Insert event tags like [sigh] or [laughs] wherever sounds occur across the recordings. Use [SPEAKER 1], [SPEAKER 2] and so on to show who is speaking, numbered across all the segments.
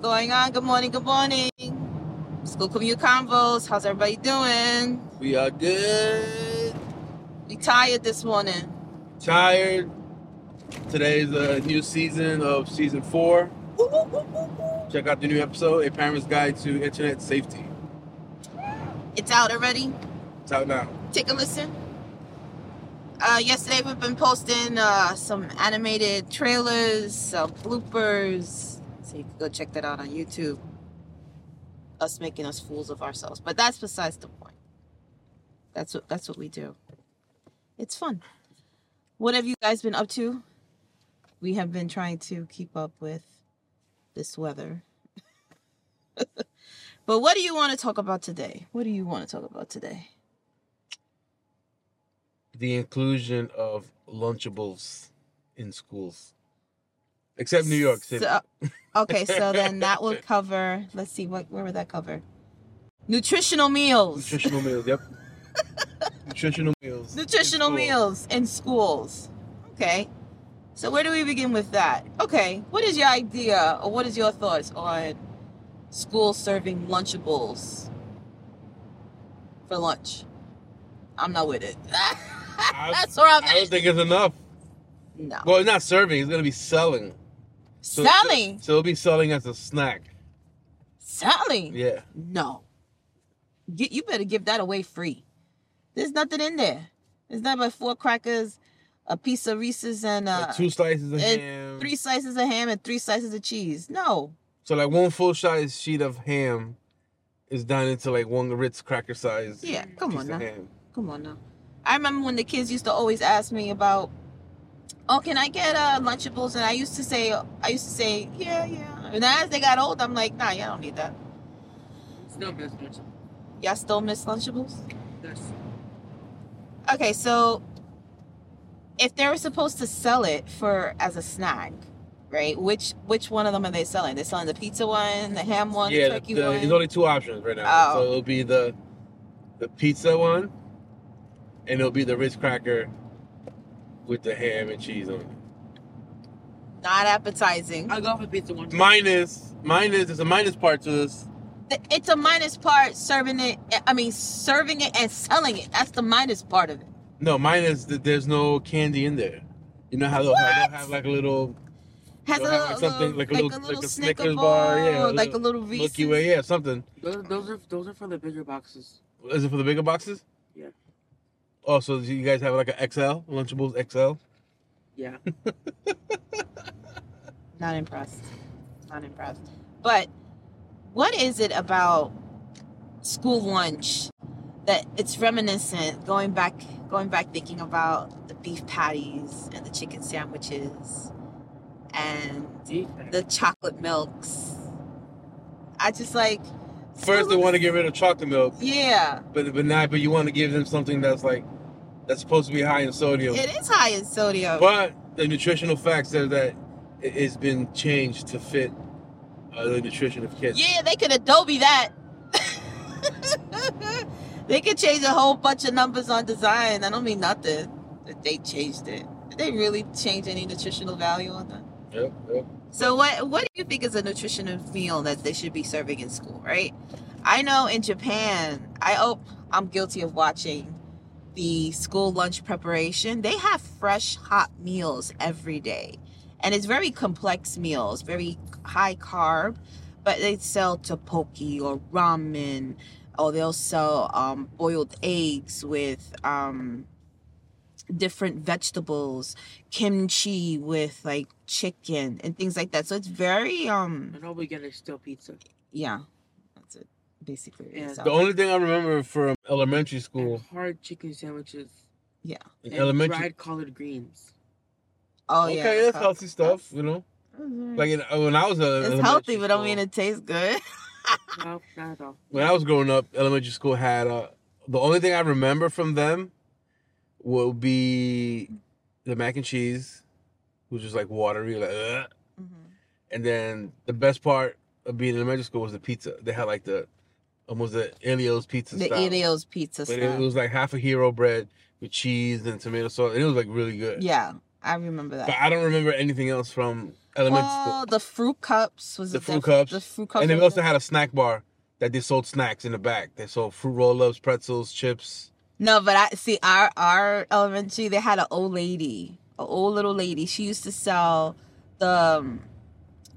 [SPEAKER 1] going on? Good morning. Good morning. School commute convos. How's everybody doing?
[SPEAKER 2] We are good.
[SPEAKER 1] We tired this morning.
[SPEAKER 2] Tired. Today's a new season of season four.
[SPEAKER 1] Woo, woo, woo, woo, woo.
[SPEAKER 2] Check out the new episode, A Parent's Guide to Internet Safety.
[SPEAKER 1] It's out already.
[SPEAKER 2] It's out now.
[SPEAKER 1] Take a listen. Uh, yesterday we've been posting uh, some animated trailers, uh, bloopers. So you can go check that out on YouTube. Us making us fools of ourselves, but that's besides the point. That's what that's what we do. It's fun. What have you guys been up to? We have been trying to keep up with this weather. [laughs] but what do you want to talk about today? What do you want to talk about today?
[SPEAKER 2] The inclusion of Lunchables in schools, except New York City.
[SPEAKER 1] So- okay, so
[SPEAKER 2] [laughs]
[SPEAKER 1] then that would cover. Let's see what where would that cover? Nutritional meals.
[SPEAKER 2] Nutritional
[SPEAKER 1] [laughs]
[SPEAKER 2] meals. Yep. Nutritional meals. in
[SPEAKER 1] Nutritional
[SPEAKER 2] schools.
[SPEAKER 1] meals in schools. Okay. So where do we begin with that? Okay. What is your idea or what is your thoughts on schools serving lunchables for lunch? I'm not with it. [laughs] That's where I'm
[SPEAKER 2] I don't
[SPEAKER 1] at.
[SPEAKER 2] think it's enough.
[SPEAKER 1] No.
[SPEAKER 2] Well, it's not serving. It's gonna be selling. So-
[SPEAKER 1] Selling.
[SPEAKER 2] So it'll be selling as a snack.
[SPEAKER 1] Selling.
[SPEAKER 2] Yeah.
[SPEAKER 1] No. Get, you better give that away free. There's nothing in there. There's nothing but four crackers, a piece of Reese's, and uh,
[SPEAKER 2] Like two slices of
[SPEAKER 1] and
[SPEAKER 2] ham.
[SPEAKER 1] three slices of ham and three slices of cheese. No.
[SPEAKER 2] So like one full size sheet of ham is down into like one Ritz cracker size.
[SPEAKER 1] Yeah, come
[SPEAKER 2] piece
[SPEAKER 1] on
[SPEAKER 2] of
[SPEAKER 1] now.
[SPEAKER 2] ham.
[SPEAKER 1] Come on now. I remember when the kids used to always ask me about, oh, can I get uh, Lunchables? And I used to say, I used to say, yeah, yeah. And as they got old, I'm like, nah, y'all don't need that.
[SPEAKER 3] Still business.
[SPEAKER 1] Y'all still miss Lunchables?
[SPEAKER 3] There's
[SPEAKER 1] Okay, so if they were supposed to sell it for as a snack, right? Which which one of them are they selling? They're selling the pizza one, the ham one, the
[SPEAKER 2] yeah, the-
[SPEAKER 1] turkey
[SPEAKER 2] the-
[SPEAKER 1] one.
[SPEAKER 2] there's only two options right now.
[SPEAKER 1] Oh.
[SPEAKER 2] So it'll be the the pizza one, and it'll be the Ritz cracker with the ham and cheese on it.
[SPEAKER 1] Not appetizing.
[SPEAKER 3] I go for pizza one.
[SPEAKER 2] Minus minus there's a minus part to this.
[SPEAKER 1] Th- It's a minus part serving it. I mean, serving it and selling it. That's the minus part of it.
[SPEAKER 2] No, minus that there's no candy in there. You know how they'll, how
[SPEAKER 1] What?
[SPEAKER 2] they'll have like a little
[SPEAKER 1] Has
[SPEAKER 2] They'll
[SPEAKER 1] a
[SPEAKER 2] have,
[SPEAKER 1] little,
[SPEAKER 2] like, something, like a little- like a
[SPEAKER 1] Snicker
[SPEAKER 2] Snickers bar, yeah,
[SPEAKER 1] or
[SPEAKER 2] a
[SPEAKER 1] like a little
[SPEAKER 2] little
[SPEAKER 1] Reese's.
[SPEAKER 2] Milky Way, yeah, something.
[SPEAKER 3] Those, those are those are for the bigger boxes.
[SPEAKER 2] Is it for the bigger boxes?
[SPEAKER 3] Yeah.
[SPEAKER 2] Oh, so do you guys have like a XL, Lunchables XL?
[SPEAKER 1] [laughs]
[SPEAKER 3] Yeah.
[SPEAKER 1] Not impressed. Not impressed. But what is it about school lunch that it's reminiscent going back going back thinking about the beef patties and the chicken sandwiches and the chocolate milks. I just like
[SPEAKER 2] First, they want to get rid of chocolate milk,
[SPEAKER 1] Yeah.
[SPEAKER 2] but but not. But you want to give them something that's like that's supposed to be high in sodium.
[SPEAKER 1] It is high in sodium.
[SPEAKER 2] But the nutritional facts says that it- it's been changed to fit uh, the nutrition of kids.
[SPEAKER 1] Yeah, they could Adobe that. [laughs] they could change a whole bunch of numbers on design. That don't mean nothing. That they changed it. Did they really change any nutritional value on that?
[SPEAKER 2] Yep, yep.
[SPEAKER 1] So what what do you think is a nutritional meal that they should be serving in school, right? I know in Japan, I oh I'm guilty of watching the school lunch preparation. They have fresh hot meals every day. And it's very complex meals, very high carb, but they sell tteokbokki or ramen or they'll sell um, boiled eggs with um, different vegetables, kimchi with like chicken and things like that. So it's very um
[SPEAKER 3] And all we get is still pizza.
[SPEAKER 1] yeah, that's it basically.
[SPEAKER 3] Yeah.
[SPEAKER 1] So-
[SPEAKER 2] The only thing I remember from elementary school,
[SPEAKER 3] And hard chicken sandwiches.
[SPEAKER 2] in
[SPEAKER 3] And
[SPEAKER 2] elementary,
[SPEAKER 3] dried collard greens.
[SPEAKER 1] oh
[SPEAKER 2] okay,
[SPEAKER 1] yeah,
[SPEAKER 2] that's
[SPEAKER 1] so-
[SPEAKER 2] healthy stuff, you know. Like uh, in, when I was a
[SPEAKER 1] it's healthy, but I mean it tastes good.
[SPEAKER 3] No, not at all.
[SPEAKER 2] when I was growing up, elementary school had uh, the only thing I remember from them would be the mac and cheese, which was like watery, like, Ugh. and then the best part of being in elementary school was the pizza. They had like the almost the Elio's pizza
[SPEAKER 1] The
[SPEAKER 2] style,
[SPEAKER 1] Elio's pizza
[SPEAKER 2] but it
[SPEAKER 1] stuff.
[SPEAKER 2] was like half a hero bread with cheese and tomato sauce, and it was like really good.
[SPEAKER 1] Yeah, I remember that.
[SPEAKER 2] But I don't remember anything else from elementary school.
[SPEAKER 1] Well, the fruit cups was
[SPEAKER 2] The
[SPEAKER 1] it
[SPEAKER 2] fruit
[SPEAKER 1] def-
[SPEAKER 2] cups.
[SPEAKER 1] The fruit cups.
[SPEAKER 2] and they
[SPEAKER 1] was
[SPEAKER 2] also
[SPEAKER 1] def-
[SPEAKER 2] had a snack bar that they sold snacks in the back. They sold fruit roll-ups, pretzels, chips.
[SPEAKER 1] No, but I see our our elementary. They had an old lady, an old little lady. She used to sell the um,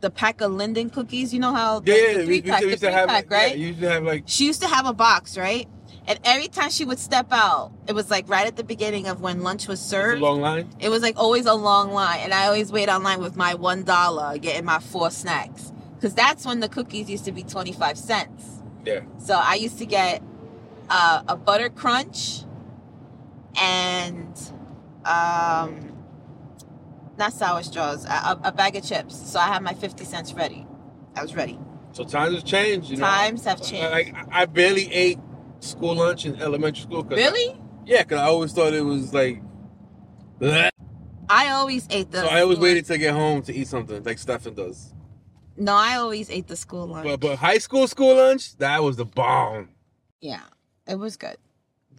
[SPEAKER 1] the pack of Linden cookies. You know how the,
[SPEAKER 2] Yeah, yeah,
[SPEAKER 1] the
[SPEAKER 2] we-
[SPEAKER 1] three
[SPEAKER 2] we,
[SPEAKER 1] pack,
[SPEAKER 2] we
[SPEAKER 1] the
[SPEAKER 2] used
[SPEAKER 1] three
[SPEAKER 2] to have
[SPEAKER 1] pack,
[SPEAKER 2] yeah,
[SPEAKER 1] right?
[SPEAKER 2] you used to have like
[SPEAKER 1] she used to have a box, right? And every time she would step out, it was like right at the beginning of when lunch was
[SPEAKER 2] it's a
[SPEAKER 1] served.
[SPEAKER 2] long line.
[SPEAKER 1] It was like always a long line, and I always wait online with my one dollar, getting my four snacks, because that's when the cookies used to be twenty five cents.
[SPEAKER 2] Yeah.
[SPEAKER 1] So I used to get uh, a butter crunch and um, not sour straws, a, a- a bag of chips. So I had my fifty cents ready. I was ready.
[SPEAKER 2] So times have changed. You know?
[SPEAKER 1] Times have changed.
[SPEAKER 2] Like I- I barely ate school lunch in elementary school. Cause I-
[SPEAKER 1] really?
[SPEAKER 2] yeah, because I always thought it was like. bleh.
[SPEAKER 1] I always ate the.
[SPEAKER 2] So I always
[SPEAKER 1] school-
[SPEAKER 2] waited to get home to eat something like Stefan does.
[SPEAKER 1] No, I always ate the school lunch.
[SPEAKER 2] But but high school school lunch that was the bomb.
[SPEAKER 1] yeah, it was good.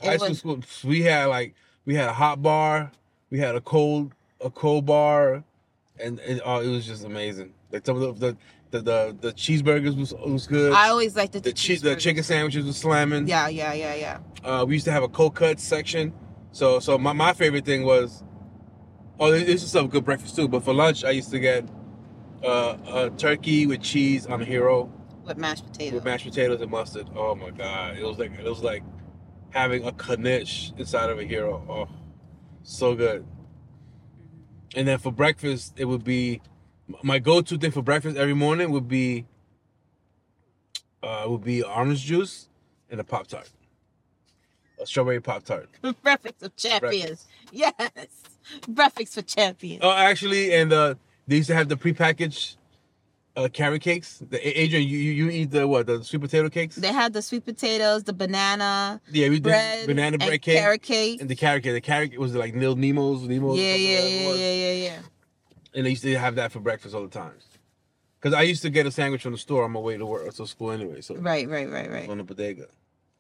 [SPEAKER 2] high
[SPEAKER 1] It
[SPEAKER 2] school
[SPEAKER 1] was.
[SPEAKER 2] school we had like we had a hot bar we had a cold a cold bar and, and oh, it was just amazing like some of the the the, the, the cheeseburgers was, was good
[SPEAKER 1] I always liked the
[SPEAKER 2] the cheese the
[SPEAKER 1] cheeseburgers.
[SPEAKER 2] chicken sandwiches was slamming
[SPEAKER 1] Yeah, yeah, yeah, yeah.
[SPEAKER 2] uh, we used to have a cold cut section so so my, my favorite thing was oh this this is some good breakfast too but for lunch i used to get uh, a turkey with cheese on a hero
[SPEAKER 1] With mashed potatoes.
[SPEAKER 2] with mashed potatoes and mustard. Oh my god, it was like it was like having a knish inside of a hero. Oh, so good.
[SPEAKER 1] Mm-hmm.
[SPEAKER 2] And then for breakfast, it would be my go-to thing for breakfast every morning would be uh would be orange juice and a pop tart, a strawberry pop tart.
[SPEAKER 1] Breakfast of champions. Yes. [laughs] Breakfast for champions.
[SPEAKER 2] Oh, actually, and uh, they used to have the prepackaged uh, carrot cakes. The, A- Adrian, you, you you eat the what the sweet potato cakes?
[SPEAKER 1] They had the sweet potatoes, the banana
[SPEAKER 2] yeah, we
[SPEAKER 1] bread,
[SPEAKER 2] did banana bread
[SPEAKER 1] and
[SPEAKER 2] cake.
[SPEAKER 1] carrot cake.
[SPEAKER 2] And the carrot cake, the carrot cake was like Lil Nemo's, Nemo's.
[SPEAKER 1] yeah,
[SPEAKER 2] something,
[SPEAKER 1] yeah,
[SPEAKER 2] whatever it
[SPEAKER 1] yeah,
[SPEAKER 2] was.
[SPEAKER 1] yeah, yeah, yeah.
[SPEAKER 2] And they used to have that for breakfast all the time. Because I used to get a sandwich from the store on my way to work or to school anyway. So
[SPEAKER 1] Right, right, right, right.
[SPEAKER 2] on the bodega.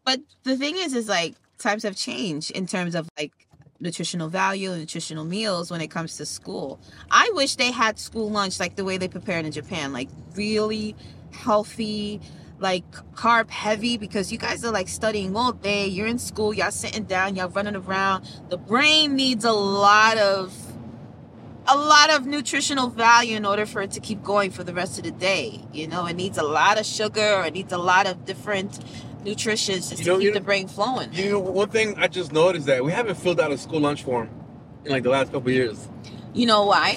[SPEAKER 1] But the thing is, is like times have changed in terms of like nutritional value and nutritional meals when it comes to school. I wish they had school lunch like the way they prepare it in Japan, like really healthy, like carb heavy, because you guys are like studying all day. You're in school, y'all sitting down, y'all running around. The brain needs a lot of a lot of nutritional value in order for it to keep going for the rest of the day. You know, it needs a lot of sugar, it needs a lot of different nutritions just
[SPEAKER 2] You know,
[SPEAKER 1] to
[SPEAKER 2] you
[SPEAKER 1] keep the
[SPEAKER 2] know-
[SPEAKER 1] brain flowing.
[SPEAKER 2] You know, one thing I just noticed that we haven't filled out a school lunch form in like the last couple of years.
[SPEAKER 1] You know why?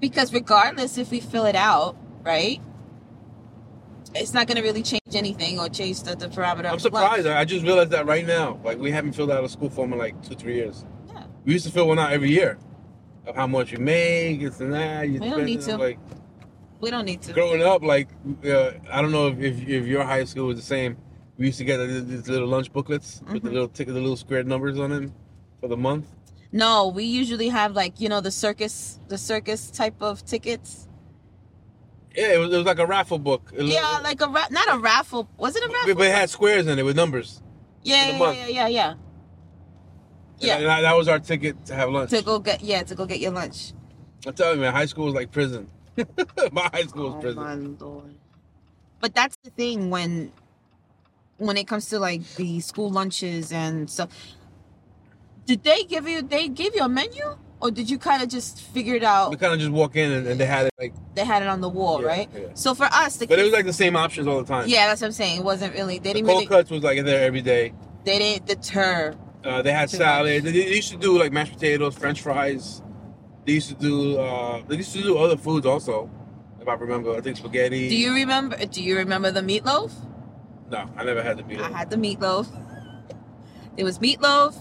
[SPEAKER 1] Because regardless if we fill it out, right? It's not going to really change anything or change the, the parameter.
[SPEAKER 2] I'm
[SPEAKER 1] of lunch.
[SPEAKER 2] surprised. I I just realized that right now. Like we haven't filled out a school form in like two, three years.
[SPEAKER 1] Yeah.
[SPEAKER 2] We used to fill one out every year of how much you make, this and that. You
[SPEAKER 1] We don't
[SPEAKER 2] spend
[SPEAKER 1] need
[SPEAKER 2] it.
[SPEAKER 1] to.
[SPEAKER 2] I'm Like
[SPEAKER 1] We don't need to.
[SPEAKER 2] growing up, like uh, I don't know if, if if your high school was the same. We used to get these these little lunch booklets with the
[SPEAKER 1] Mhm.
[SPEAKER 2] little tick the little squared numbers on them for the month.
[SPEAKER 1] No, we usually have like you know the circus, the circus type of tickets.
[SPEAKER 2] Yeah, it was, it was like a raffle book. It
[SPEAKER 1] Yeah, like a ra- not a raffle. Was it a raffle?
[SPEAKER 2] but, but it had squares in it with numbers.
[SPEAKER 1] yeah,
[SPEAKER 2] for the
[SPEAKER 1] yeah,
[SPEAKER 2] month.
[SPEAKER 1] yeah, yeah, yeah.
[SPEAKER 2] Yeah,
[SPEAKER 1] Yeah.
[SPEAKER 2] and I, that was our ticket to have lunch.
[SPEAKER 1] to go get yeah to go get your lunch.
[SPEAKER 2] I'm telling you, man, high school was like prison. [laughs] My high school was
[SPEAKER 3] Oh
[SPEAKER 2] prison.
[SPEAKER 3] my lord.
[SPEAKER 1] But that's the thing when when it comes to like the school lunches and stuff. Did they give you they gave you a menu or did you kind of just figure it
[SPEAKER 2] We
[SPEAKER 1] out?
[SPEAKER 2] kind of just walk in and, and they had it like,
[SPEAKER 1] They had it on the wall,
[SPEAKER 2] Yeah,
[SPEAKER 1] right?
[SPEAKER 2] yeah.
[SPEAKER 1] So for us, the
[SPEAKER 2] but it was
[SPEAKER 1] kids-
[SPEAKER 2] like the same options all the time.
[SPEAKER 1] yeah, that's what I'm saying. It wasn't really they
[SPEAKER 2] the
[SPEAKER 1] didn't
[SPEAKER 2] cold
[SPEAKER 1] really
[SPEAKER 2] cuts was like there every day.
[SPEAKER 1] they didn't deter.
[SPEAKER 2] Uh, they had
[SPEAKER 1] Too
[SPEAKER 2] salad. They, they used to do like mashed potatoes, French fries. They used to do. Uh, they used to do other foods also, if I remember. I think spaghetti.
[SPEAKER 1] Do you remember? Do you remember the meatloaf?
[SPEAKER 2] No, I never had the meal.
[SPEAKER 1] I had the meatloaf. There was meatloaf.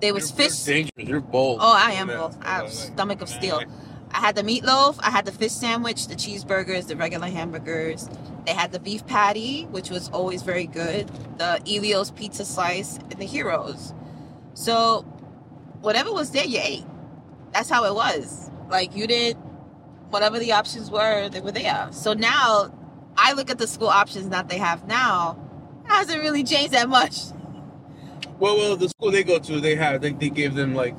[SPEAKER 1] There was
[SPEAKER 2] You're-
[SPEAKER 1] fish.
[SPEAKER 2] You're dangerous. You're bold.
[SPEAKER 1] Oh, I am
[SPEAKER 2] Yeah.
[SPEAKER 1] both. I have
[SPEAKER 2] Like,
[SPEAKER 1] stomach of
[SPEAKER 2] man,
[SPEAKER 1] steel.
[SPEAKER 2] like,
[SPEAKER 1] I had the meatloaf, I had the fish sandwich, the cheeseburgers, the regular hamburgers. They had the beef patty, which was always very good, the Elio's pizza slice, and the Heroes. So, whatever was there, you ate. That's how it was. Like, you did whatever the options were, they were there. So now, I look at the school options that they have now, it hasn't really changed that much.
[SPEAKER 2] Well, well, the school they go to, they have they, they give them like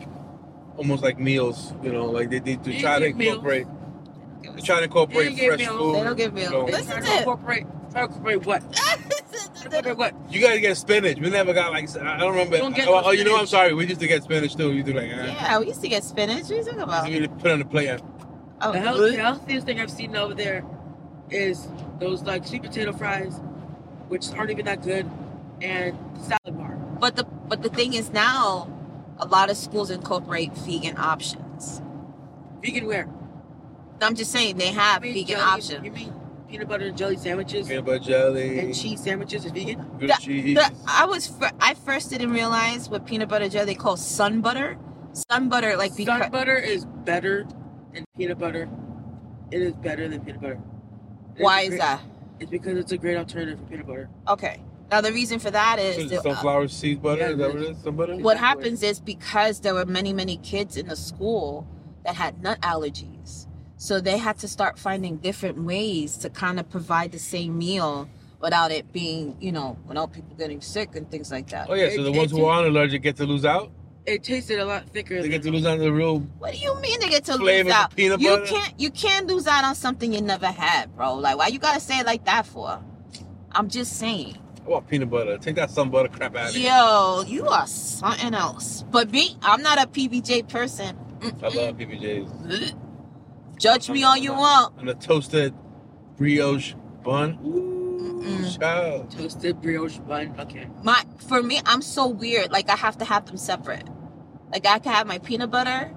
[SPEAKER 2] almost like meals. You know, like they they, they
[SPEAKER 3] They
[SPEAKER 2] try to
[SPEAKER 3] give meals.
[SPEAKER 2] incorporate.
[SPEAKER 1] give
[SPEAKER 2] They're
[SPEAKER 1] us.
[SPEAKER 2] trying to incorporate
[SPEAKER 3] They don't
[SPEAKER 2] fresh
[SPEAKER 3] get meals.
[SPEAKER 2] food.
[SPEAKER 1] They don't get meals.
[SPEAKER 2] No.
[SPEAKER 1] Listen
[SPEAKER 3] Try
[SPEAKER 1] to
[SPEAKER 3] to
[SPEAKER 1] it.
[SPEAKER 3] incorporate. Try to
[SPEAKER 1] [laughs]
[SPEAKER 3] incorporate what? Try to incorporate what?
[SPEAKER 2] You gotta get spinach. We never got like I don't remember.
[SPEAKER 3] We don't get
[SPEAKER 2] oh,
[SPEAKER 3] no
[SPEAKER 2] oh, you know, I'm
[SPEAKER 3] spinach.
[SPEAKER 2] sorry. We used to get spinach too. You do like, eh.
[SPEAKER 1] yeah, we used to get spinach. What are you talking about?
[SPEAKER 2] You put it on the plate. eh.
[SPEAKER 1] Oh,
[SPEAKER 3] The, health, the healthiest thing I've seen over there is those like sweet potato fries, which aren't even that good, and salad bar.
[SPEAKER 1] But the but the thing is now, a lot of schools incorporate vegan options.
[SPEAKER 3] Vegan where?
[SPEAKER 1] I'm just saying they have
[SPEAKER 3] You mean
[SPEAKER 1] vegan
[SPEAKER 3] jelly-
[SPEAKER 1] options.
[SPEAKER 3] You mean peanut butter and jelly sandwiches
[SPEAKER 2] Peanut butter jelly,
[SPEAKER 3] and cheese sandwiches is vegan?
[SPEAKER 2] good
[SPEAKER 1] The-
[SPEAKER 2] cheese.
[SPEAKER 1] The- I was fir- I first didn't realize what peanut butter jelly they call sun butter. Sun butter like because
[SPEAKER 3] Sun butter is better than peanut butter. It is better than peanut butter. It's
[SPEAKER 1] why
[SPEAKER 3] a
[SPEAKER 1] is
[SPEAKER 3] great-
[SPEAKER 1] that?
[SPEAKER 3] It's because it's a great alternative for peanut butter.
[SPEAKER 1] Okay. Now the reason for that uh,
[SPEAKER 2] What
[SPEAKER 1] is
[SPEAKER 2] is it,
[SPEAKER 1] the-
[SPEAKER 2] sunflower seed butter.
[SPEAKER 3] yeah,
[SPEAKER 2] is that what it is? Some butter.
[SPEAKER 1] what
[SPEAKER 3] Exactly.
[SPEAKER 1] happens is because there were many many kids in the school that had nut allergies so they had to start finding different ways to kind of provide the same meal without it being you know without people getting sick and things like that
[SPEAKER 2] Oh yeah. So the
[SPEAKER 3] It-
[SPEAKER 2] ones
[SPEAKER 3] it-
[SPEAKER 2] who aren't allergic get to lose out.
[SPEAKER 3] It tasted a lot thicker.
[SPEAKER 2] They
[SPEAKER 3] than
[SPEAKER 2] get to lose out on the real
[SPEAKER 1] what do you mean they get to
[SPEAKER 2] flavor
[SPEAKER 1] lose out
[SPEAKER 2] of peanut
[SPEAKER 1] you
[SPEAKER 2] butter.
[SPEAKER 1] can't you can't lose out on something you never had bro like why you gotta say it like that for i'm just saying
[SPEAKER 2] I want peanut butter. Take that sun butter crap out of here.
[SPEAKER 1] yo you are something else but me i'm not a pbj person
[SPEAKER 2] I love PBJs.
[SPEAKER 1] judge me all you want
[SPEAKER 2] And a toasted brioche bun. Ooh,
[SPEAKER 1] Mm-mm.
[SPEAKER 2] child.
[SPEAKER 3] toasted brioche bun. Okay.
[SPEAKER 1] my for me i'm so weird like i have to have them separate like i can have my peanut butter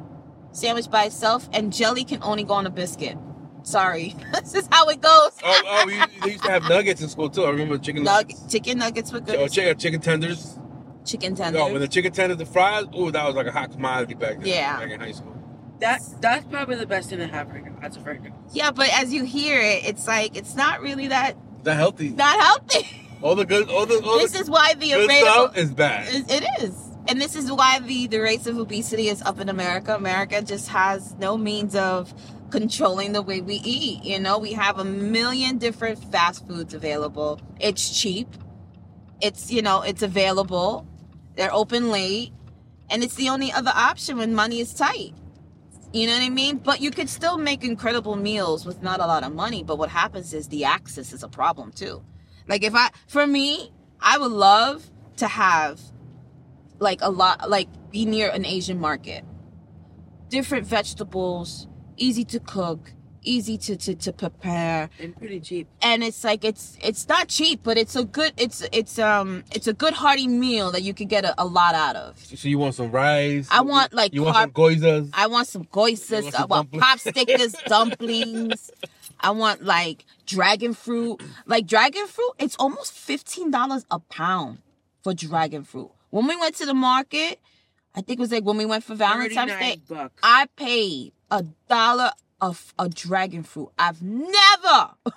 [SPEAKER 1] sandwich by itself and jelly can only go on a biscuit sorry [laughs] this is how it goes
[SPEAKER 2] Oh, oh, we, they used to have nuggets in school too. I remember chicken
[SPEAKER 1] Nug-
[SPEAKER 2] nuggets.
[SPEAKER 1] chicken nuggets with
[SPEAKER 2] Oh,
[SPEAKER 1] good
[SPEAKER 2] chicken, chicken tenders.
[SPEAKER 1] chicken
[SPEAKER 2] No, when the
[SPEAKER 1] tenders
[SPEAKER 2] chicken tenders, the fries, ooh, that was like a hot commodity back then.
[SPEAKER 1] Yeah.
[SPEAKER 2] Back in high school.
[SPEAKER 3] That that's probably the best thing to have right now. As of right now.
[SPEAKER 1] yeah but as you hear it it's like it's not really that
[SPEAKER 2] That healthy.
[SPEAKER 1] that healthy
[SPEAKER 2] all the good, all the,
[SPEAKER 1] [laughs]
[SPEAKER 2] all
[SPEAKER 1] this
[SPEAKER 2] the
[SPEAKER 1] is why the
[SPEAKER 2] Oh, good
[SPEAKER 1] rate
[SPEAKER 2] stuff
[SPEAKER 1] of,
[SPEAKER 2] is bad.
[SPEAKER 1] it it is and this is why the the rates of obesity is up in america america just has no means of controlling the way we eat. You know, we have a million different fast foods available. It's cheap. It's, you know, it's available. They're open late. And it's the only other option when money is tight. You know what I mean? But you could still make incredible meals with not a lot of money. But what happens is the access is a problem too. Like if I, for me, I would love to have like a lot, like be near an Asian market. Different vegetables, easy to cook easy to, to to prepare
[SPEAKER 3] And pretty cheap.
[SPEAKER 1] and it's like it's it's not cheap but it's a good it's it's um it's a good hearty meal that you can get a, a lot out of
[SPEAKER 2] So you want some rice?
[SPEAKER 1] I want, like,
[SPEAKER 2] you want
[SPEAKER 1] carb-
[SPEAKER 2] some goizas?
[SPEAKER 1] i want some
[SPEAKER 2] You
[SPEAKER 1] goisas
[SPEAKER 2] want
[SPEAKER 1] i
[SPEAKER 2] some
[SPEAKER 1] want
[SPEAKER 2] dumplings?
[SPEAKER 1] popsicles
[SPEAKER 2] [laughs]
[SPEAKER 1] dumplings i want like dragon fruit like dragon fruit it's almost $15 a pound for dragon fruit when we went to the market i think it was like when we went for valentine's day
[SPEAKER 3] 39 bucks.
[SPEAKER 1] I paid a dollar of a dragon fruit. I've never [laughs]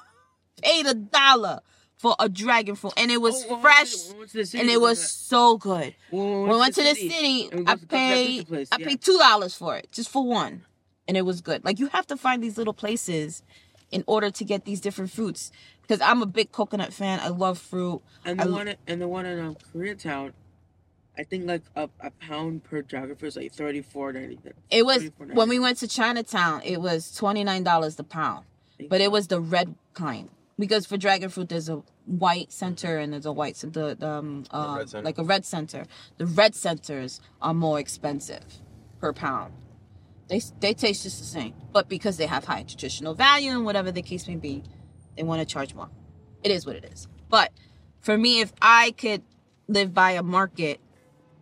[SPEAKER 1] paid a dollar for a dragon fruit, and it was
[SPEAKER 3] Oh, when we went
[SPEAKER 1] fresh
[SPEAKER 3] to- when we went to the city,
[SPEAKER 1] and it
[SPEAKER 3] we
[SPEAKER 1] was so good.
[SPEAKER 3] went- when
[SPEAKER 1] When we went to the city,
[SPEAKER 3] and we
[SPEAKER 1] I
[SPEAKER 3] went to the pizza
[SPEAKER 1] paid
[SPEAKER 3] place,
[SPEAKER 1] I
[SPEAKER 3] yeah.
[SPEAKER 1] paid two dollars for it, just for one, and it was good. Like you have to find these little places in order to get these different fruits. Because I'm a big coconut fan. I love fruit.
[SPEAKER 3] And
[SPEAKER 1] I
[SPEAKER 3] the
[SPEAKER 1] l-
[SPEAKER 3] one and the one in um, Koreatown, I think like a, a pound per geographer is like thirty four ninety.
[SPEAKER 1] It was when we went to Chinatown. It was twenty nine dollars the pound, but it was the red kind because for dragon fruit there's a white center and there's a white center, the um, um,
[SPEAKER 2] red center.
[SPEAKER 1] like a red center. The red centers are more expensive per pound. They they taste just the same, but because they have high nutritional value and whatever the case may be, they want to charge more. It is what it is. But for me, if I could live by a market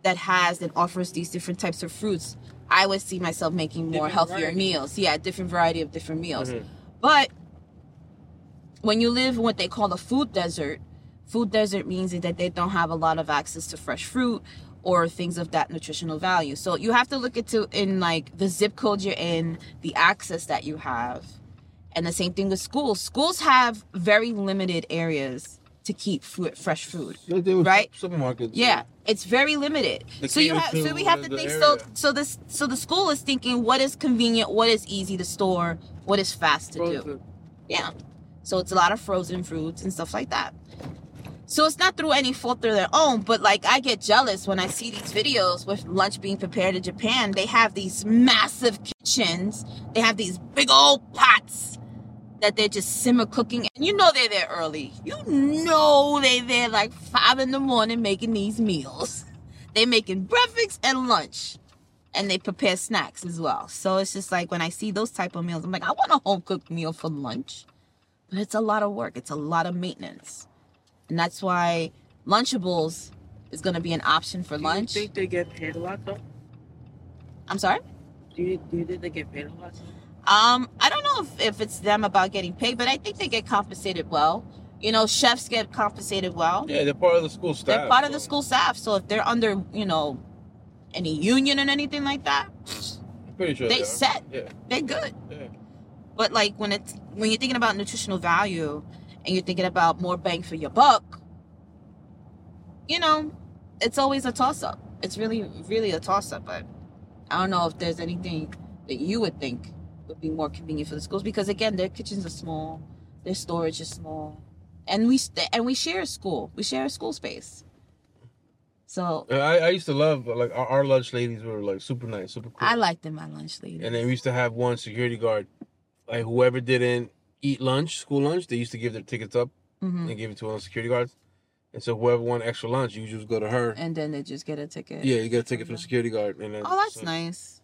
[SPEAKER 1] that has and offers these different types of fruits, I would see myself making more
[SPEAKER 3] Different
[SPEAKER 1] healthier
[SPEAKER 3] variety. Mm-hmm.
[SPEAKER 1] meals. Yeah, different variety of different meals.
[SPEAKER 2] Mhm.
[SPEAKER 1] But when you live in what they call a food desert, food desert means that they don't have a lot of access to fresh fruit or things of that nutritional value. So you have to look into in like the zip code you're in, the access that you have. And the same thing with schools. Schools have very limited areas to keep fruit, fresh food.
[SPEAKER 2] Yeah, they were
[SPEAKER 1] Right?
[SPEAKER 2] Supermarkets.
[SPEAKER 1] Yeah, it's very limited.
[SPEAKER 2] The
[SPEAKER 1] so you
[SPEAKER 2] cater
[SPEAKER 1] have,
[SPEAKER 2] to
[SPEAKER 1] so we have to
[SPEAKER 2] the
[SPEAKER 1] think. So,
[SPEAKER 2] area.
[SPEAKER 1] so this, so the school is thinking what is convenient, what is easy to store, what is fast to do. Yeah. So it's a lot of frozen fruits and stuff like that. So it's not through any fault of their own, but like I get jealous when I see these videos with lunch being prepared in Japan. They have these massive kitchens. They have these big old pots that they're just simmer cooking. And you know they're there early. You know they're there like five in the morning making these meals. [laughs] They're making breakfast and lunch. And they prepare snacks as well. So it's just like when I see those type of meals, I'm like, I want a home cooked meal for lunch. But it's a lot of work. It's a lot of maintenance. And that's why Lunchables is gonna be an option for
[SPEAKER 3] Do
[SPEAKER 1] lunch.
[SPEAKER 3] you think they get paid a lot though?
[SPEAKER 1] I'm sorry?
[SPEAKER 3] Do you, do you think they get paid a lot?
[SPEAKER 1] Um, I don't know if, if it's them about getting paid, but I think they get compensated well. You know, chefs get compensated well.
[SPEAKER 2] Yeah, they're part of the school staff.
[SPEAKER 1] they're part of the
[SPEAKER 2] so-
[SPEAKER 1] school staff, so if they're under, you know, any union and anything like that,
[SPEAKER 2] I'm pretty sure
[SPEAKER 1] they
[SPEAKER 2] are.
[SPEAKER 1] set.
[SPEAKER 2] Yeah,
[SPEAKER 1] they're good.
[SPEAKER 2] yeah.
[SPEAKER 1] But like when it's when you're thinking about nutritional value and you're thinking about more bang for your buck, you know, it's always a toss up. It's really, really a toss up. But I don't know if there's anything that you would think would be more convenient for the schools because again, their kitchens are small, their storage is small, and we st- and we share a school. We share a school space. So
[SPEAKER 2] Yeah, I, I used to love like our, our lunch ladies were like super nice, super cool.
[SPEAKER 1] I liked them at lunch ladies.
[SPEAKER 2] and then we used to have one security guard, like whoever didn't eat lunch, school lunch, they used to give their tickets up
[SPEAKER 1] Mhm.
[SPEAKER 2] and give it to one of the security guards. And so whoever won extra lunch, you just go to her.
[SPEAKER 1] and then they just get a ticket.
[SPEAKER 2] Yeah, you get a ticket from the security guard. And then,
[SPEAKER 1] Oh, that's
[SPEAKER 2] so,
[SPEAKER 1] nice.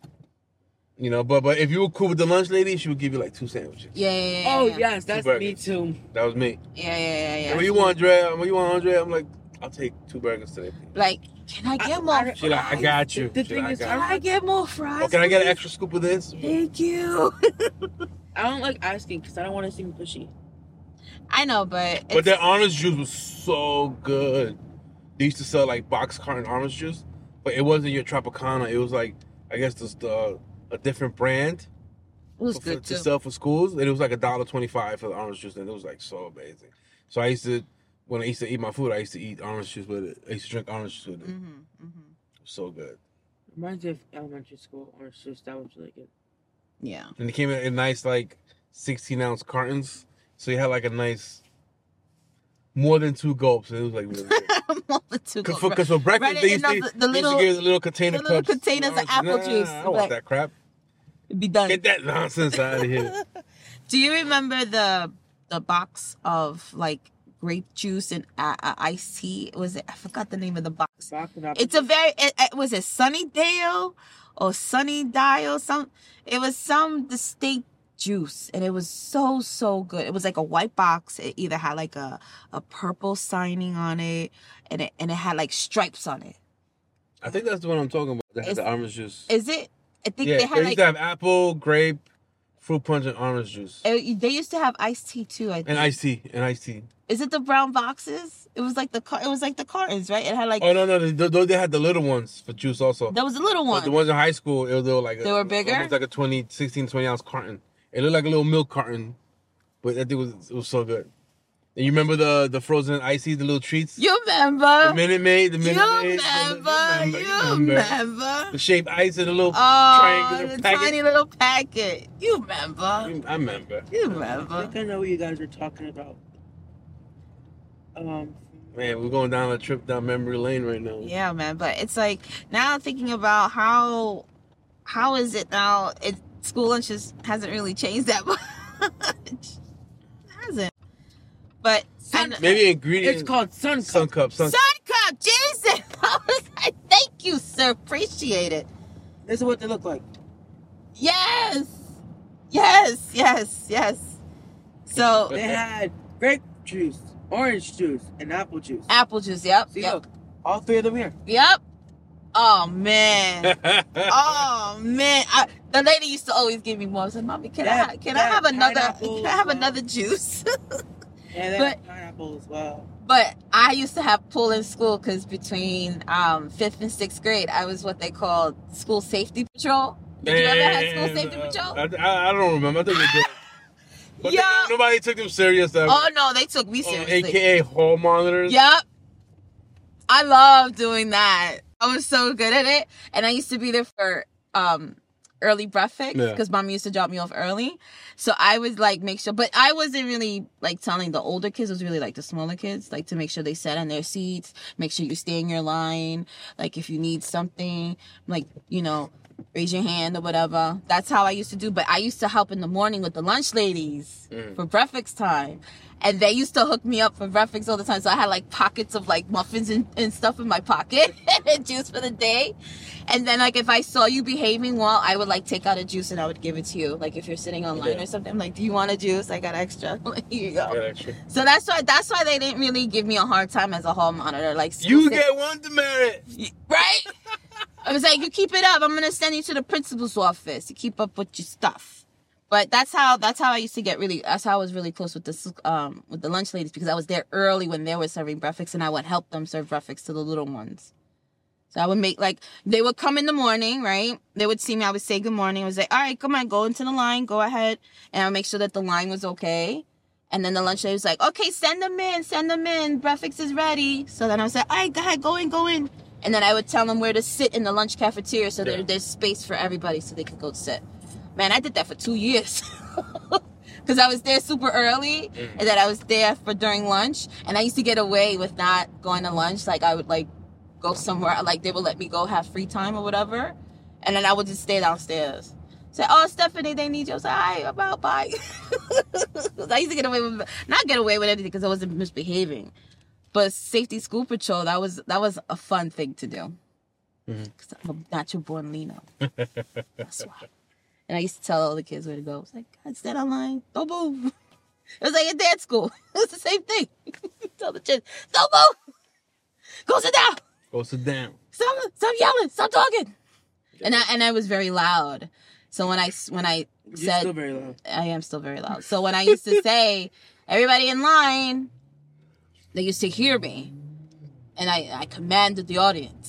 [SPEAKER 2] You know, but but if you were cool with the lunch lady, she would give you like two sandwiches.
[SPEAKER 1] Yeah, yeah, yeah.
[SPEAKER 3] Oh
[SPEAKER 1] yeah.
[SPEAKER 3] yes, that's
[SPEAKER 2] burgers.
[SPEAKER 3] me too.
[SPEAKER 2] That was me.
[SPEAKER 1] Yeah, yeah, yeah,
[SPEAKER 2] What
[SPEAKER 1] yeah.
[SPEAKER 2] do you want, Dre? What do you want, Andre? I'm like, I'll take two burgers today. please."
[SPEAKER 1] Like, can I
[SPEAKER 3] I-
[SPEAKER 1] get more?
[SPEAKER 3] I-
[SPEAKER 2] She like, I got you.
[SPEAKER 3] The
[SPEAKER 2] She
[SPEAKER 3] thing
[SPEAKER 2] like, I
[SPEAKER 3] is,
[SPEAKER 2] got
[SPEAKER 1] can
[SPEAKER 2] you."
[SPEAKER 1] I get more fries?
[SPEAKER 2] Oh, can I get an
[SPEAKER 1] please?
[SPEAKER 2] extra scoop of this?
[SPEAKER 1] Thank you.
[SPEAKER 3] I don't like asking because I don't want to seem pushy.
[SPEAKER 1] [laughs] I know, but it's,
[SPEAKER 2] But their orange juice was so good. They used to sell like box carton orange juice, but it wasn't your Tropicana. It was like I guess this uh, a different brand
[SPEAKER 1] it was
[SPEAKER 2] for- for-
[SPEAKER 1] good
[SPEAKER 2] to
[SPEAKER 1] too.
[SPEAKER 2] sell for schools. And it was like a dollar twenty five for the orange juice, and it was like so amazing. So I used to when I used to eat my food, I used to eat orange juice with it. I used to drink orange juice with it.
[SPEAKER 1] Mm-hmm, mm-hmm.
[SPEAKER 2] It was so good.
[SPEAKER 3] Reminds me of elementary school or it's just that was really good.
[SPEAKER 1] Yeah.
[SPEAKER 2] And it came in, in nice like sixteen ounce cartons, so you had like a nice more than two gulps, and it was like really good.
[SPEAKER 1] [laughs] I'm all the [laughs] two
[SPEAKER 2] Cause
[SPEAKER 1] go-
[SPEAKER 2] for, cause for breakfast
[SPEAKER 1] Right,
[SPEAKER 2] they
[SPEAKER 1] and
[SPEAKER 2] used, to,
[SPEAKER 1] those- the
[SPEAKER 2] they used to
[SPEAKER 1] little-
[SPEAKER 2] give the little container
[SPEAKER 1] the little
[SPEAKER 2] cups.
[SPEAKER 1] containers of
[SPEAKER 2] I was
[SPEAKER 1] apple
[SPEAKER 2] nah,
[SPEAKER 1] juice,
[SPEAKER 2] I don't
[SPEAKER 1] like-
[SPEAKER 2] want that crap.
[SPEAKER 1] be done.
[SPEAKER 2] Get that nonsense out of here.
[SPEAKER 1] Do you remember the the box of like grape juice and uh, uh, iced tea? Was it? I forgot the name of the box.
[SPEAKER 3] Back and up.
[SPEAKER 1] It's a very. It, it was it Sunnydale or Sunny Dial? Some. It was some distinct juice, and it was so so good. It was like a white box. It either had like a a purple signing on it, and it and it had like stripes on it.
[SPEAKER 2] I think that's the one I'm talking about. That had
[SPEAKER 1] It's-
[SPEAKER 2] the orange juice.
[SPEAKER 1] Is it? I think
[SPEAKER 2] yeah,
[SPEAKER 1] they
[SPEAKER 2] they,
[SPEAKER 1] had
[SPEAKER 2] used
[SPEAKER 1] like.
[SPEAKER 2] to have apple, grape, fruit punch, and orange juice,
[SPEAKER 1] it- eh, they used to have iced tea too. I think.
[SPEAKER 2] and iced tea, and iced tea.
[SPEAKER 1] Is it the brown boxes? It was like the car. It was like the cartons, right? It had like
[SPEAKER 2] Oh no, no, they, they- they had the little ones for juice also.
[SPEAKER 1] that was a little
[SPEAKER 2] But
[SPEAKER 1] one.
[SPEAKER 2] oh, the ones in high school, it was, they were like a-
[SPEAKER 1] They were bigger?
[SPEAKER 2] almost like a 20, 16, 20 ounce carton. It looked like a little milk carton, but that thing was it was so good. And you remember the the frozen icy, the little treats.
[SPEAKER 1] you remember?
[SPEAKER 2] The Minute Maid, the
[SPEAKER 1] you
[SPEAKER 2] Minute Maid,
[SPEAKER 1] remember? You remember?
[SPEAKER 2] The shaped ice in the little
[SPEAKER 1] Oh,
[SPEAKER 2] triangular
[SPEAKER 1] the
[SPEAKER 2] packet.
[SPEAKER 1] tiny little packet. You remember?
[SPEAKER 2] You- I remember.
[SPEAKER 1] You
[SPEAKER 3] I
[SPEAKER 1] remember?
[SPEAKER 3] think I know what you guys are talking about. Um,
[SPEAKER 2] Man, we're going down a trip down memory lane right now.
[SPEAKER 1] Yeah, man. But it's like now I'm thinking about how how is it now? It school lunch just hasn't really changed that [laughs] much. it hasn't. But I kn-
[SPEAKER 2] Maybe ingredients.
[SPEAKER 3] it's called Sun Cup.
[SPEAKER 2] Sun Cup. Sun
[SPEAKER 1] Sun
[SPEAKER 2] Cup.
[SPEAKER 1] cup, Jesus! [laughs] I was like, thank you, sir. Appreciate it.
[SPEAKER 3] This is what they look like.
[SPEAKER 1] Yes, yes, yes, yes. So
[SPEAKER 3] They had grape juice, orange juice, and apple juice.
[SPEAKER 1] apple juice. Yep.
[SPEAKER 3] See,
[SPEAKER 1] Yep.
[SPEAKER 3] look, all three of them here.
[SPEAKER 1] Yep. Oh
[SPEAKER 2] [laughs]
[SPEAKER 1] man.
[SPEAKER 2] oh.
[SPEAKER 1] oh man, I, the lady used to always give me more. I said, "Mommy, can
[SPEAKER 3] Yeah,
[SPEAKER 1] I ha- can I
[SPEAKER 3] yeah,
[SPEAKER 1] have another [laughs]
[SPEAKER 3] pineapple
[SPEAKER 1] can I have
[SPEAKER 3] as well.
[SPEAKER 1] another juice?" [laughs]
[SPEAKER 3] And they
[SPEAKER 1] But-
[SPEAKER 3] had pineapple as well.
[SPEAKER 1] but I used to have pool in school because between um, fifth and sixth grade, I was what they called school safety patrol. Did you ever have school safety
[SPEAKER 2] uh,
[SPEAKER 1] patrol?
[SPEAKER 2] I, I, I don't remember. I think we
[SPEAKER 1] [laughs]
[SPEAKER 2] did. But
[SPEAKER 1] Yo.
[SPEAKER 2] no- nobody took them serious. That
[SPEAKER 1] Oh no, they took me
[SPEAKER 2] Oh,
[SPEAKER 1] seriously.
[SPEAKER 2] AKA hall monitors.
[SPEAKER 1] Yep. I love doing that. I was so good at it. And I used to be there for um early breakfast
[SPEAKER 2] Yeah.
[SPEAKER 1] because mom used to drop me off early. So I would like make sure, but I wasn't really like telling the older kids. It was really like the smaller kids, like to make sure they sat on their seats, make sure you stay in your line. Like if you need something, like you know, raise your hand or whatever. That's how I used to do. But I used to help in the morning with the lunch ladies
[SPEAKER 2] Mm.
[SPEAKER 1] for breakfast time. And they used to hook me up for breakfast all the time. So I had like pockets of like muffins and, and stuff in my pocket [laughs] and juice for the day. And then like if I saw you behaving well, I would like take out a juice and I would give it to you. Like if you're sitting online
[SPEAKER 2] Yeah.
[SPEAKER 1] or something, I'm like, do you want a juice? I got extra. [laughs] Like, Here you go.
[SPEAKER 2] Got extra.
[SPEAKER 1] So that's why that's why they didn't really give me a hard time as a hall monitor. Like
[SPEAKER 2] You
[SPEAKER 1] sit-
[SPEAKER 2] get one demerit.
[SPEAKER 1] right? I was like, you keep it up. I'm gonna send you to the principal's office to keep up with your stuff. But that's how that's how I used to get really. That's how I was really close with the s- um with the lunch ladies because I was there early when they were serving breakfast and I would help them serve breakfast to the little ones. So I would make like they would come in the morning, right? They would see me. I would say good morning. I would say, all right, come on, go into the line, go ahead, and I would make sure that the line was okay. And then the lunch lady was like, okay, send them in, send them in. Breakfast is ready. So then I was like, all right, go ahead, go in, go in. And then I would tell them where to sit in the lunch cafeteria so
[SPEAKER 2] Yeah.
[SPEAKER 1] there, there's space for everybody so they could go sit. Man, I did that for two years. [laughs] Because I was there super early
[SPEAKER 2] Mhm.
[SPEAKER 1] and then I was there for during lunch. And I used to get away with not going to lunch. Like I would like go somewhere, like they would let me go have free time or whatever. And then I would just stay downstairs. Say, oh, Stephanie, they need you. I was like, all right, about bye. [laughs] 'Cause I used to get away with not get away with anything because I wasn't misbehaving, but safety school patrol that was that was a fun thing to do.
[SPEAKER 2] Mhm.
[SPEAKER 1] 'Cause I'm a natural born Lino. That's why. And I used to tell all the kids where to go. It's like, God, stand online. Don't move. It was like at dance school. [laughs] It's the same thing. tell the kids, don't move. Go sit down.
[SPEAKER 2] Go sit down.
[SPEAKER 1] Stop, stop yelling. Stop talking. And I and I was very loud. So when I s- when I
[SPEAKER 3] You're
[SPEAKER 1] said
[SPEAKER 3] still very loud.
[SPEAKER 1] I am still very loud. So when I used to say, everybody in line, they used to hear me. And I, I commanded the audience.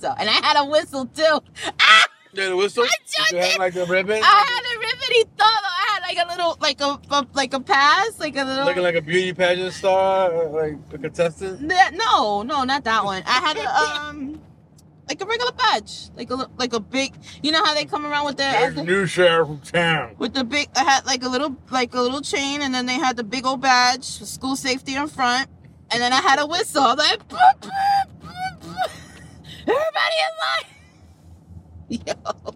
[SPEAKER 1] So, and I had a whistle too. Ah,
[SPEAKER 2] Yeah, the whistle.
[SPEAKER 1] jumped
[SPEAKER 2] Did you have
[SPEAKER 1] in.
[SPEAKER 2] like a ribbon?
[SPEAKER 1] I had a ribbon todo. I had like a little, like a, a- like a pass, like a little.
[SPEAKER 2] Looking like a beauty pageant star, like a contestant.
[SPEAKER 1] That- no, no, not that one. I had a, um, like a regular badge, like a, li- like a big, you know how they come around with their,
[SPEAKER 2] There's a new sheriff of town.
[SPEAKER 1] with the big I had like a little like a little chain and then they had the big old badge with school safety in front and then I had a whistle I'm like "Boop, boop, boop, boop." [laughs] everybody in line [laughs] yo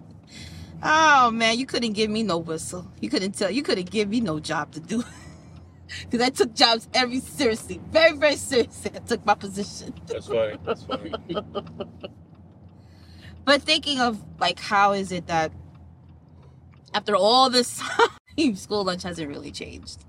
[SPEAKER 1] oh man you couldn't give me no whistle you couldn't tell you couldn't give me no job to do [laughs] because I took jobs every seriously very very seriously I took my position
[SPEAKER 2] That's funny. That's funny.
[SPEAKER 1] But thinking of like how is it that after all this [laughs] time school lunch hasn't really changed.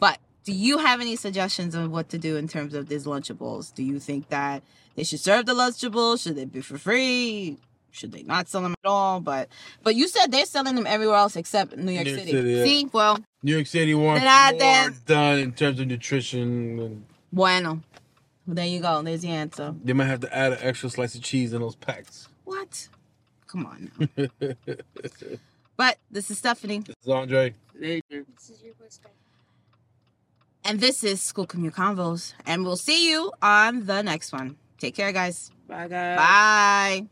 [SPEAKER 1] But do you have any suggestions on what to do in terms of these lunchables? Do you think that they should serve the lunchables? Should they be for free? Should they not sell them at all? But but you said they're selling them everywhere else except in New York
[SPEAKER 2] New York
[SPEAKER 1] City.
[SPEAKER 2] City, yeah.
[SPEAKER 1] See, well,
[SPEAKER 2] New York City wants
[SPEAKER 1] Then I
[SPEAKER 2] more
[SPEAKER 1] did.
[SPEAKER 2] done in terms of nutrition. And
[SPEAKER 1] bueno. Well, there you go. There's the answer.
[SPEAKER 2] they might have to add an extra slice of cheese in those packs. [laughs]
[SPEAKER 1] What? Come on. Now.
[SPEAKER 2] this
[SPEAKER 1] But this is Stephanie,
[SPEAKER 2] is Andre.
[SPEAKER 3] They, they-
[SPEAKER 4] This is your birthday.
[SPEAKER 1] and this is School Commute Convos, and we'll see you on the next one. Take care, guys.
[SPEAKER 3] bye guys.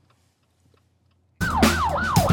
[SPEAKER 1] Bye.